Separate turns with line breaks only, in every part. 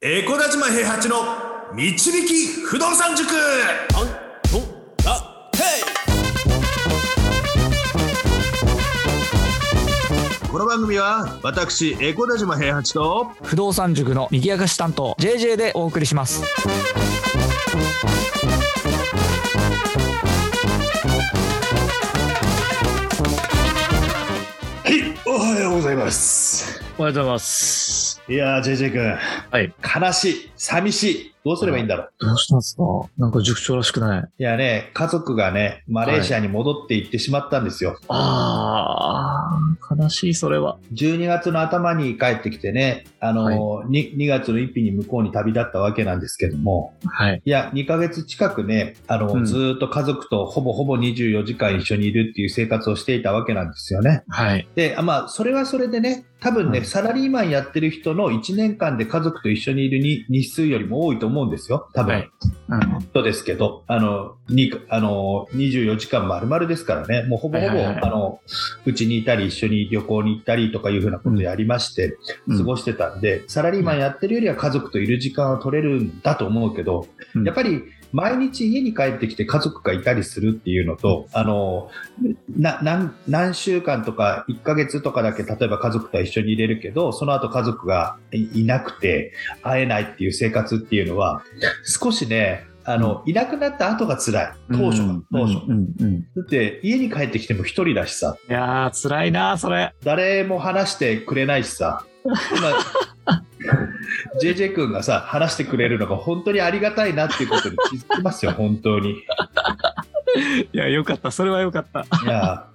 エコダ島平八の導き不動産塾
アントンラヘ
この番組は私エコダ島平八と
不動産塾の右明かし担当 JJ でお送りします
おはようございます
おはようございます。
いやー JJ 君
はい。
悲しい寂しいどうすればいいんだろう、
どうしたんですかなんか塾長らしくない。
いやね家族がねマレーシアに戻って行ってしまったんですよ、
ああ、悲しい、それは。
12月の頭に帰ってきてねあのー、に 2, 月の1日に向こうに旅立ったわけなんですけども
はい。
いや2ヶ月近くねあのー、
うん
ずーっと家族とほぼほぼ24時間一緒にいるっていう生活をしていたわけなんですよね
はい。
で、あまあ、それはそれでね、多分ね、
はい
サラリーマンやってる人の1年間で家族と一緒にいるに日数よりも多いと思うんですよ。多分、
はいうん。
とですけど、あの、にあの24時間丸々ですからね、もうほぼほぼ、
はいはいはい
あの、うちにいたり、一緒に旅行に行ったりとかいうふうなことやりまして、
うん
過ごしてたんで、サラリーマンやってるよりは家族といる時間は取れるんだと思うけど、
うん
やっぱり毎日家に帰ってきて家族がいたりするっていうのと、あの、な何何週間とか1ヶ月とかだけ例えば家族と一緒にいれるけど、その後家族がいいなくて会えないっていう生活っていうのは、少しね、あの、いなくなった後が辛い。当初が、
うん
当初。
うん。うんうん
だって家に帰ってきても一人だしさ、
いやー、辛いな、それ。
誰も話してくれないしさ、 今 JJ 君がさ、話してくれるのが本当にありがたいなっていうことに気づきますよ、本当に。
いや、よかった、それはよかった。
いや、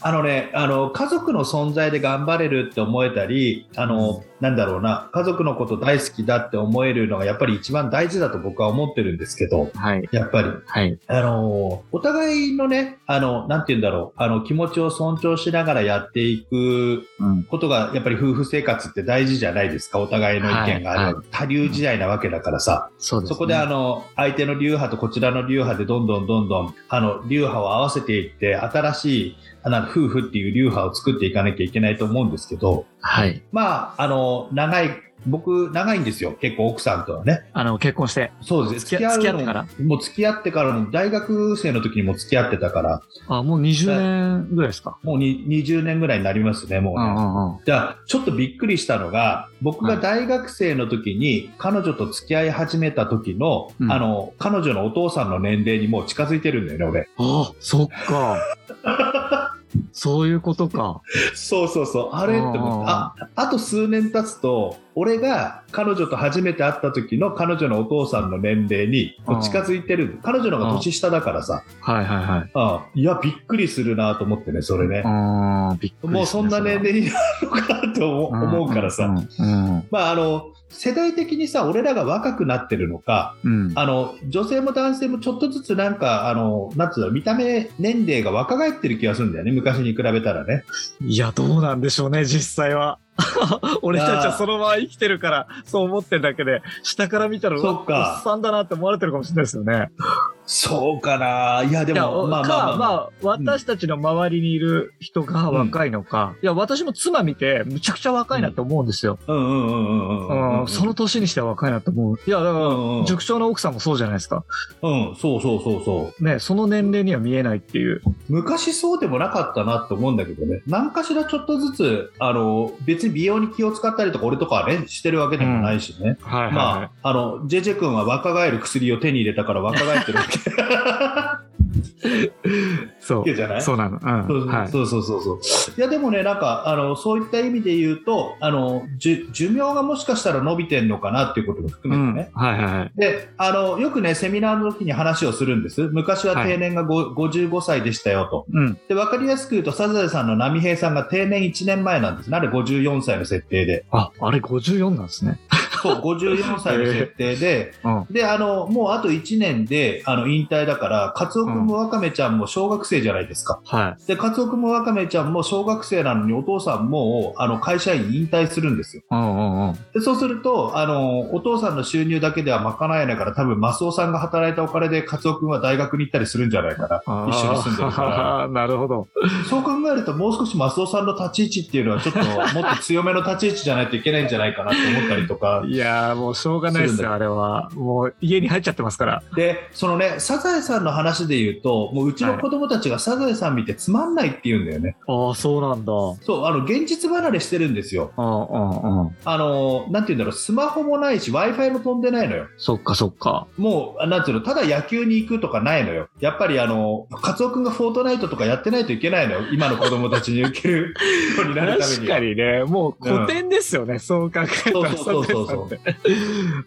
あのね、あの、家族の存在で頑張れるって思えたり、あの、なんだろうな、家族のこと大好きだって思えるのがやっぱり一番大事だと僕は思ってるんですけど、
はい。
やっぱり、
はい。
あの、お互いのね、あの、なんて言うんだろう、あの、気持ちを尊重しながらやっていく
うん。
ことが、やっぱり夫婦生活って大事じゃないですか、お互いの意見がある。
はい
多流時代なわけだからさ、
そうです、
そこであ、の、相手の流派とこちらの流派でどんどんどんどん、あの、流派を合わせていって、新しい、あの、夫婦っていう流派を作っていかなきゃいけないと思うんですけど、
はい。
まあ、あの、長い、僕、長いんですよ。結構奥さんとはね。
あの、結婚して。
そうです。
付き合
うの
付き合ってか
もう付き合ってからも、大学生の時にも付き合ってたから、
あ、もう20年ぐらいですか。
もうに20年ぐらいになりますね、もう
う
ね。
んうんうん。
じゃあ、ちょっとびっくりしたのが、僕が大学生の時に彼女と付き合い始めた時の、
うん
あの、彼女のお父さんの年齢にもう近づいてるんだよね、俺。
あそっか。 そういうことか。
そうそうそう、あれって思って、あ、あと数年経つと、俺が彼女と初めて会った時の彼女のお父さんの年齢にもう近づいてる。彼女の方が年下だからさ、
はいはいはい。
うんいや、びっくりするなと思ってね、それね。
あー、びっくり
もうそんな年
で
齢になるのかと思う思うからさ。
うんうん
まあ、あの、世代的にさ、俺らが若くなってるのか、
うん。
あの、女性も男性もちょっとずつなんか、あの、なんつうの、見た目年齢が若返ってる気がするんだよね、昔に比べたらね。
いや、どうなんでしょうね、実際は。 俺たちはそのまま生きてるから、そう思ってるだけで、下から見たら、うわ
そっか
おっさんだなって思われてるかもしれないですよね。
そうかな。いや、で
いや、
も、
お
まあ
か
まあまあ、まあ、
まあ、私たちの周りにいる人が若いのか、いや、私も妻見て、むちゃくちゃ若いなって思うんですよ。
うんうんうんうんう
うん
ん。
その、年にしては若いなって思う。いや、だ
う
か
んうん、う
ら、塾長の奥さんもそうじゃないですか。
ん、そうそうそうそう。
ね、その年齢には見えないっていう。
昔そうでもなかったなって思うんだけどね、何かしらちょっとずつ、あの、別に美容に気を使ったりとか、俺とかはね、してるわけでもないしね。
はいはい、
まあ、あの、JJ 君は若返る薬を手に入れたから若返ってるわけわ
そう
け。じゃない
そうなの。う
そ
ん。
う
はい。
そうそうそうそう。いや、でもね、なんか、あの、そういった意味で言うと、あの、じゅ寿命がもしかしたら伸びてんのかなっていうことも含
う
め
ん。
て
は
ね
い。はいはい。
で、あの、よくね、セミナーの時に話をするんです。昔は定年がご、55歳でしたよと。
うん。
で、わかりやすく言うと、サザエさんの波平さんが定年1年前なんですね。あれ54歳の設定で。
あ、あれ54なんですね。
そう、54歳の設定で、
うん。
で、あの、もうあと1年で、あの、引退だから、カツオくんもワカメちゃんも小学生じゃないですか。
はい。
で、カツオくんもワカメちゃんも小学生なのに、お父さんも、あの、会社員引退するんですよ。
うんうんうん。
で、そうすると、あの、お父さんの収入だけでは賄えないから、多分、マスオさんが働いたお金で、カツオくんは大学に行ったりするんじゃないかな。
あー
一緒に住んでるか
なるほど。
そう考えると、もう少しマスオさんの立ち位置っていうのは、ちょっと、もっと強めの立ち位置じゃないといけないんじゃないかなと思ったりとか
いやーもうしょうがないです
するんだ
よ、あれは。もう家に入っちゃってますから。
でそのねサザエさんの話で言うともううちの子供たちがサザエさん見てつまんないって言うんだよね、
ああ、そうなんだ。
そうあの現実離れしてるんですよ
うんうんうん。
あのなんて言うんだろうスマホもないし w i f i も飛んでないのよ
そっかそっか。
もうなんていうのただ野球に行くとかないのよやっぱりあのカツオ君がフォートナイトとかやってないといけないのよ今の子供たちに受けるようになるため
確
に
か
は
にね、もう古典ですよね、そう考えた
そう
ら。
そうそうそう
サザエさんっ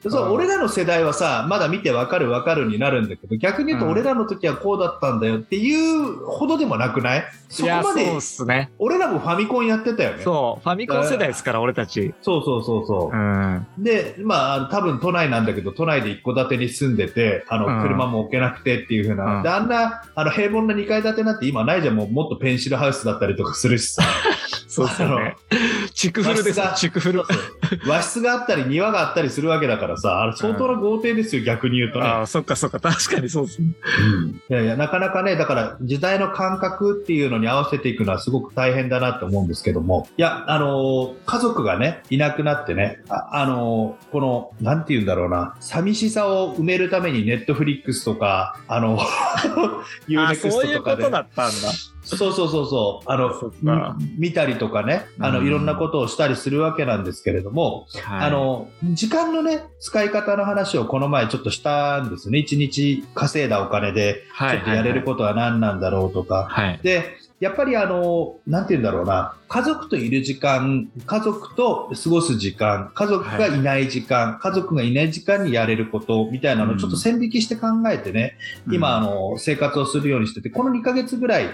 て
そう俺らの世代はさまだ見てわかるわかるになるんだけど逆に言うと
うん
俺らの時はこうだったんだよっていうほどでもなくないそこ
いや、
ま
そう
で
っすね。
俺らもファミコンやってたよね。
そう、ファミコン世代ですから、俺たち。
そうそうそうそう
う。ん。
で、まあ、多分都内なんだけど、都内で一戸建てに住んでて、あ
うん
の、車も置けなくてっていう風な、
うん
で、あんな、あの、平凡な2階建てなんて今ないじゃん、もうもっとペンシルハウスだったりとかするし さ、
そうっすよね。チクフルです
和室が、
チクフル。
和室があったり庭があったりするわけだからさ、あれ相当な豪邸ですよ、逆に言うとね。
ああ、そっかそっか、確かにそうっすね。
いやいや、なかなかね、だから時代の感覚っていうのに合わせていくのはすごく大変だなと思うんですけども、いや、あのー家族がね、いなくなってね、あ、あのーこの、なんて言うんだろうな、寂しさを埋めるためにネットフリックスとか、あ の、ユーネ
ああ、
ク
そう
ス
い
トと
う
か
こ
で
とだったんだ。
そうそうそうそう、あ
そっ
の、
か
み見たりとかね、あ
う
の、
ん
いろんなことをしたりするわけなんですけれども、
はい
あ、の、時間のね、使い方の話をこの前ちょっとしたんですね。一日稼いだお金で、
は
ち
い
ょっとやれることは何なんだろうとか。
はい。
で、やっぱりあの、なんて言うんだろうな、家族といる時間、家族と過ごす時間、家族がいない時間、家族がいない時間にやれることみたいなの
う
を
ん
ちょっと線引きして考えてね、今、あの、生活をするようにしてて、この2ヶ月ぐらい、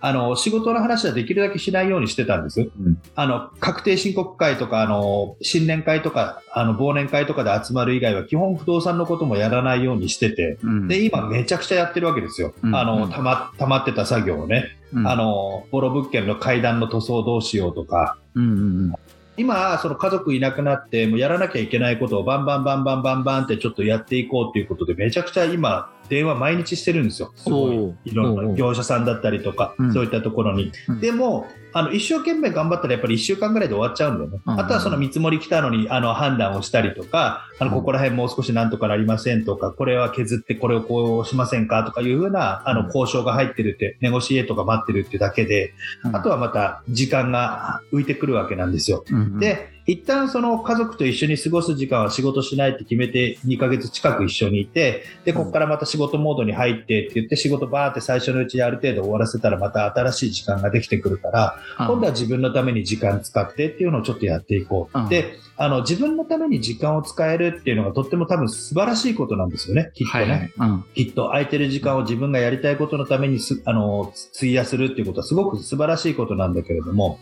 あの、仕事の話はできるだけしないようにしてたんです。
うん
あの、確定申告会とか、あの、新年会とか、あの、忘年会とかで集まる以外は、基本不動産のこともやらないようにしてて、
うん、
で、今めちゃくちゃやってるわけですよ。
うん
あ
う
の、
ん
たま、溜まってた作業をね。
うん
あ、の、ボロ物件の階段の塗装どうしようとか。
うんうんうん。
今、その家族いなくなって、もうやらなきゃいけないことをバンバンバンバンバンバンってちょっとやっていこうっていうことで、めちゃくちゃ今、電話毎日してるんですよ。すごい。
う。
いろ
お
ん
う
な業者さんだったりとか
うん、
そういったところに
うん。
でも、あの、一生懸命頑張ったらやっぱり一週間ぐらいで終わっちゃうんだよね。
うん
あとはその見積もり来たのに、あの、判断をしたりとか、あの、
うん
ここら辺もう少しなんとかなりませんとか、これは削ってこれをこうしませんかとかいうふうな、あ
う
の、
ん
交渉が入ってるって、ネゴシエートが待ってるってだけで、あとはまた時間が浮いてくるわけなんですよ。
うん、
で、一旦その家族と一緒に過ごす時間は仕事しないって決めて2ヶ月近く一緒にいて、で、ここからまた仕事モードに入ってって言って仕事バーって最初のうちにある程度終わらせたらまた新しい時間ができてくるから、今度は自分のために時間使ってっていうのをちょっとやっていこ
うん
う。で、あの、自分のために時間を使えるっていうのがとっても多分素晴らしいことなんですよね、きっと
はい
ね。
はい。うん。
きっと空いてる時間を自分がやりたいことのためにす、あの、費やするっていうことはすごく素晴らしいことなんだけれども、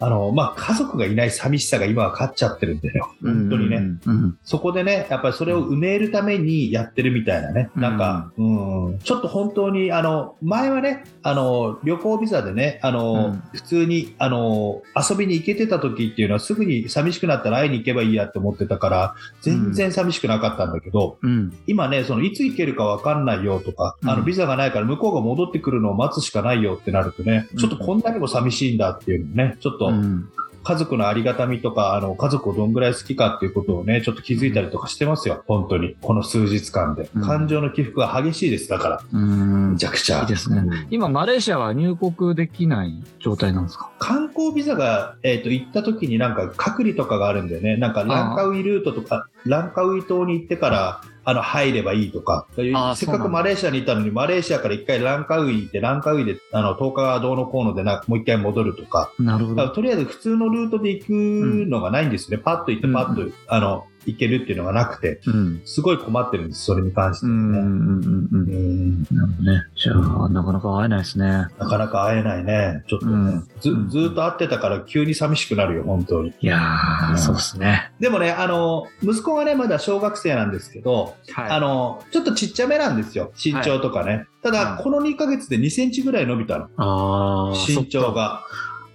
あの、まあ、家族がいない寂しさが今は勝っちゃってるんだよ。
うん。
本当にね。
うん。
そこでね、やっぱりそれを埋めるためにやってるみたいなね。
うん
なんか、うん、ちょっと本当に、あの、前はね、あの、旅行ビザでね、あの、
うん
普通に、あの、遊びに行けてた時っていうのはすぐに寂しくなったら会いに行けばいいやって思ってたから、全然寂しくなかったんだけど、
うん。
今ね、そのいつ行けるかわかんないよとか、
うん
あのビザがないから向こうが戻ってくるのを待つしかないよってなるとね、
うん
ちょっとこんなにも寂しいんだっていうのね、ちょっと
うん
家族のありがたみとか、あの家族をどんぐらい好きかっていうことをね、ちょっと気づいたりとかしてますよ、本当に、この数日間で
うん。
感情の起伏が激しいです、だから、
うん
めちゃくちゃ。
いいですね
うん
今、マレーシアは入国できない状態なんですか
観光ビザが、えっと行った時になんか隔離とかがあるんだよね、なんかランカウイルートとか、ランカウイ島に行ってからあの入ればいいとか、せっ
あ
か
ーそうなんだ
くマレーシアにいたのに、マレーシアから一回ランカウイ行って、ランカウイであの10日がどうのこうのでな、もう一回戻るとか、
なるほ
だか
ど。
らとりあえず普通のルートで行くのがないんですね、パッと行って、パッと、あの行けるっていうのがなくて、
うん。
すごい困ってるんです、それに関して
う
は
ん。う
ね。
ん。うん。うん。
うん
なるほどね。じゃあ、なかなか会えないですね。
なかなか会えないね、ちょっとね、
うん
ずずーっと会ってたから、急に寂しくなるよ、本当に。
いやー、
うん
そうっすね。
でもね、あの、息子がね、まだ小学生なんですけど、
はい
あの、ちょっとちっちゃめなんですよ、身長とかね。ただ、
はい
この2ヶ月で2センチぐらい伸びたの、
あー
身長。が。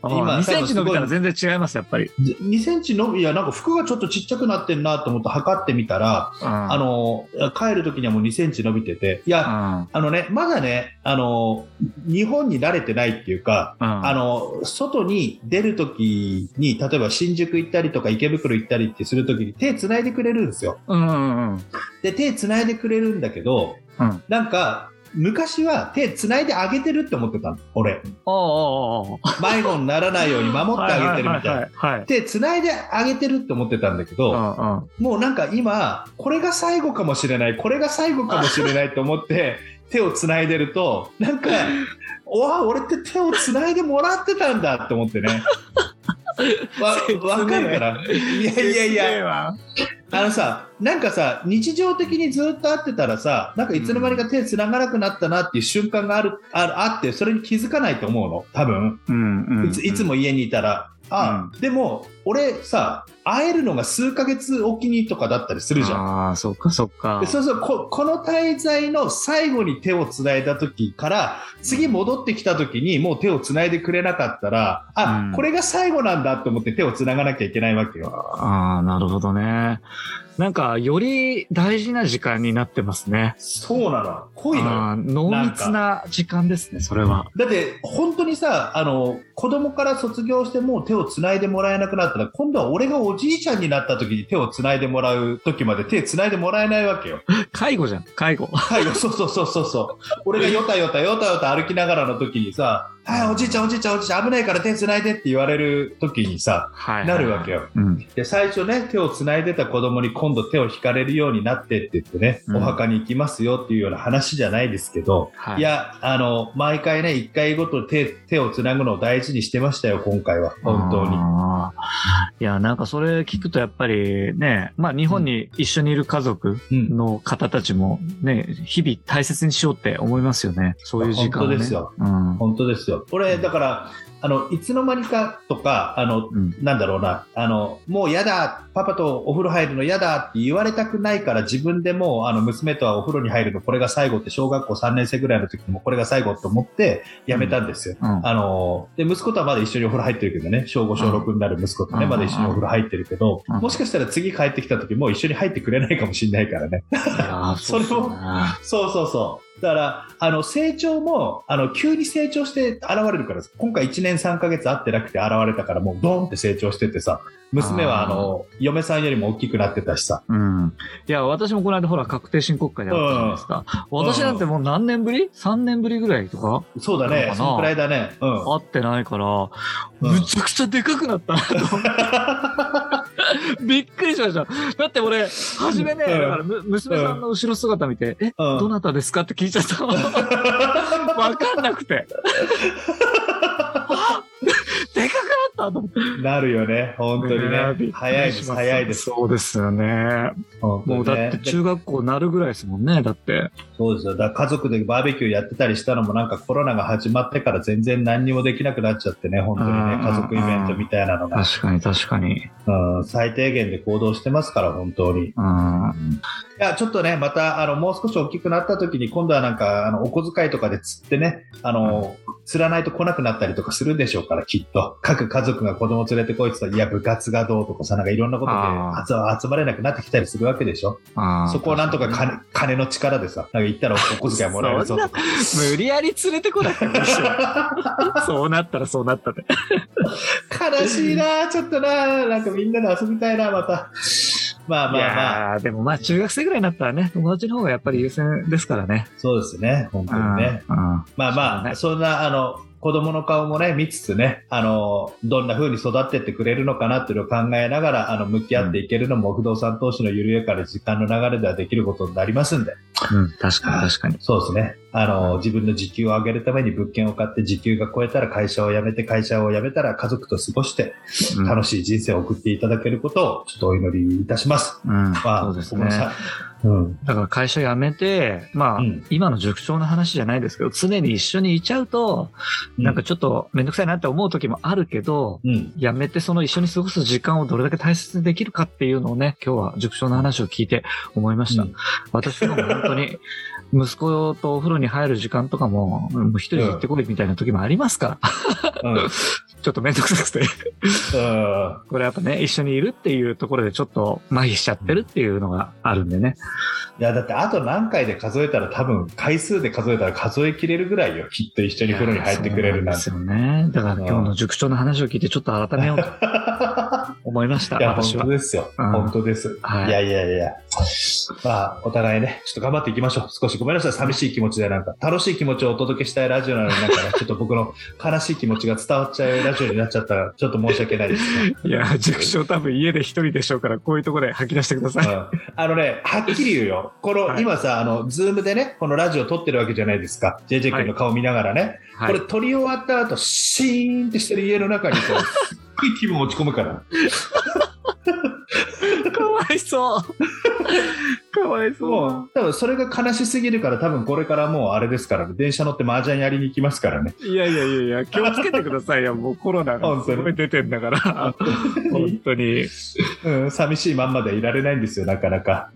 今
2センチ伸びたら
多分す
全然違います、やっぱり。
ごい2センチ伸び、いや、なんか服がちょっとちっちゃくなってんなと思って測ってみたら、あ
あ、
の、帰る時にはもう2センチ伸びてて、いや、
あ
あのね、まだね、あの、日本に慣れてないっていうか、あ
の、
の、外に出る時に、例えば新宿行ったりとか池袋行ったりってする時に手繋いでくれるんですよ。
うんうんうん。
で、手繋いでくれるんだけど、
うん
なんか、昔は手繋いであげてるって思ってたの、俺。
おうおうおう
迷子にならないように守ってあげてるみたいな。
な。 はいはい。
手繋いであげてるって思ってたんだけ
う
ど、
んうん
もうなんか今、これが最後かもしれない、これが最後かもしれないと思 って、手を繋いでると、なんか、おわ、俺って手を繋いでもらってたんだって思ってね。 わ、わかるかないやいやいや。
や。
あのさ、なんかさ、日常的にずっと会ってたらさ、なんかいつの間にか手繋がなくなったなっていう瞬間がある、あるあって、それに気づかないと思うの、多分。
うんうん。
いついつも家にいたら。あ、でも、俺さ、会えるのが数ヶ月おきにとかだったりするじゃん。
ああ、そっかそっか
で。そうそうこ、この滞在の最後に手を繋いだ時から、次戻ってきた時にもう手を繋いでくれなかったら、あ、
うん
これが最後なんだと思って手を繋がなきゃいけないわけよ。
ああ、なるほどね。なんか、より大事な時間になってますね。
そうなの。濃いのよ。
あー濃密な時間ですね、それは。
だって本当にさあの子供から卒業してもう手をつないでもらえなくなったら今度は俺がおじいちゃんになった時に手をつないでもらう時まで手つないでもらえないわけよ。
介護じゃん、介護。
はい、そうそうそうそうそう。俺がよたよたよたよた歩きながらの時にさ「はいおじいちゃんおじいちゃんおじいちゃん危ないから手つないで」って言われる時にさ
はい
なるわけよ。
うん。
で最初ね手をつないでた子供に今度手を引かれるようになってって言ってね、
うん
お墓に行きますよっていうような話じゃないですけど。
はい
や、あの、毎回ね、一回ごとに手、手をつなぐのを大事にしてましたよ、今回は。本当に。
あーいや、なんかそれ聞くとやっぱりね、まあ日本に一緒にいる家族
うん。
の方たちもね、日々大切にしようって思いますよね。そういう時間を、
本
ね。
当ですよ。
うん。
本当ですよ。これ、だから、あの、いつの間にかとか、あの、
うん。
なんだろうな、あの、もう嫌だ、パパとお風呂入るの嫌だって言われたくないから、自分でもう、あの、娘とはお風呂に入るの、これが最後って、小学校3年生ぐらいの時にも、これが最後と思って、やめたんですよ。
うん
あので息子とはまだ一緒にお風呂入ってるけどね小5小6になる息子とね、
うん
まだ一緒にお風呂入ってるけど、
うん
もしかしたら次帰ってきた時もう一緒に入ってくれないかもしれないからね
いやー
それも
うっすね
そうそうそうだからあの成長もあの急に成長して現れるからです今回1年3ヶ月会ってなくて現れたからもうドンって成長しててさ娘はあ
あー
の嫁さんよりも大きくなってたしさ
うん。いや、私もこの間ほら、確定申告会で会ったじゃないですか。
ん
私なんてもう何年ぶり ?3 年ぶりぐらいとか
そうだ
そうか
ね
な
そのくらいだねうん
会ってないから、
うん
むちゃくちゃでかくなったなと思 って。びっくりしました。だって俺、初めね、だ
うん
からむ娘さんの後ろ姿見て、え、
うん
どなたですかって聞いちゃったの。わかんな くて。あでかくなったと思って。
なるよね本当に
や
ね
びっくりしました
早いです早いです
そうですよね。
本当
も
に
うだ
ね
って中学校なるぐらいですもんね、だって。
そうですよ。だから家族でバーベキューやってたりしたのもなんかコロナが始まってから全然何にもできなくなっちゃってね、本当にね、
うん
家族イベントみたいなのが、
確かに確かに。
うん、最低限で行動してますから、本当に。い
うん。
や、ちょっとね、また、あの、もう少し大きくなった時に、今度はなんか、あの、お小遣いとかで釣ってね、あの、釣らないと来なくなったりとかするでしょうから、きっと。各家族が子供連れてこいって言ったら、いや、部活がどうとかさ、なんかいろんなことで集集まれなくなってきたりするわけでしょ。
あー
そこをなんとか金金の力でさ、なんか行ったらお小遣いもらえるぞとか。
無理やり連れてこなくてもいいし そうなったらそうなったで。
悲しいな、ちょっとな、なんかみんなで遊びたいな、また。まあ
い
まあまあ、
やーでもまあ中学生ぐらいになったらね、友達の方がやっぱり優先ですからね。
そうですね、本当にね。
うんうん
まあまあ、そんな、あの、子供の顔もね、見つつね、あの、どんな風に育ってってくれるのかなっていうのを考えながら、あの、向き合っていけるのも、不動産投資の緩やかな時間の流れではできることになりますんで、
うん、確かに確かに。
そうですね。あの、自分の時給を上げるために物件を買って、時給が超えたら会社を辞めて、会社を辞めたら家族と過ごして、
うん
楽しい人生を送っていただけることを、ちょっとお祈りいたします。
うん、
まあ、
そうです
ごめんな
ね。
さいうん。
だから会社辞めて、まあ、
うん
今の塾長の話じゃないですけど、常に一緒にいちゃうと、なんかちょっとめんどくさいなって思う時もあるけど、
うん。
やめてその一緒に過ごす時間をどれだけ大切にできるかっていうのをね、今日は塾長の話を聞いて思いました。
うん
私とかも本当に、息子 とお風呂に入る時間とかも、もう一人で行ってこいみたいな時もありますから。
うん
ちょっとめんどくさくて。
うん
これやっぱね、一緒にいるっていうところでちょっと麻痺しちゃってるっていうのがあるんでね。
いやだってあと何回で数えたら多分回数で数えたら数えきれるぐらいよきっと一緒に風呂に入ってくれるなんて
そうなんですよね。だから今日の塾長の話を聞いてちょっと改めようと思いました、
いや
私
本
は
当。ですよ、
うん
本当です、
はい
い、やいやいやまあお互いねちょっと頑張っていきましょう少しごめんなさい寂しい気持ちでなんか楽しい気持ちをお届けしたいラジオなのになんかねちょっと僕の悲しい気持ちが伝わっちゃうラジオになっちゃったらちょっと申し訳ない ですね、
いや、塾長多分家で一人でしょうから、こういうところで吐き出してくだ
う
さい。
ん、あのねはっきり言うよこの、
はい
今さあのズームでねこのラジオ撮ってるわけじゃないですか JJ 君の顔見ながらね、
は
これ撮り終わった後シーンってしてる家の中にこうすっごい気分落ち込むから
れ、かわいそう。かわいそ
もう多分それが悲しすぎるから多分これからもうあれですからね電車乗って麻雀やりに行きますからね
う。いやいやいやいや、気をつけてくださ いよ。もうコロナがすごい出てんだから。本当に。い
うん寂しいまんまではいられないんですよなかなか、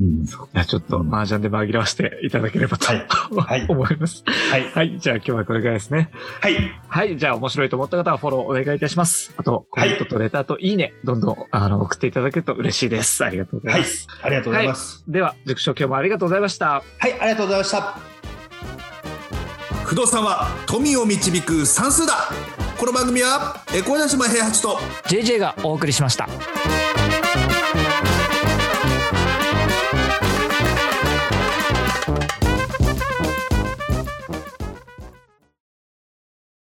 や、ちょっと麻雀で紛らわしていただければと、
はいはい
思います。
はい
はい、じゃあ今日はこれぐらいですね。
はい
はい、じゃあ面白いと思った方はフォローお願いいたします。あと、コメントとレターといいね、どんどんあの送っていただけると嬉しいです。ありがとうござ
はいい
ます。
ありがとうございます
では、塾長今日もありがとうございました。
はいありがとうございました
不動産は富を導く算数だこの番組はエコーダ島平八と
JJ がお送りしました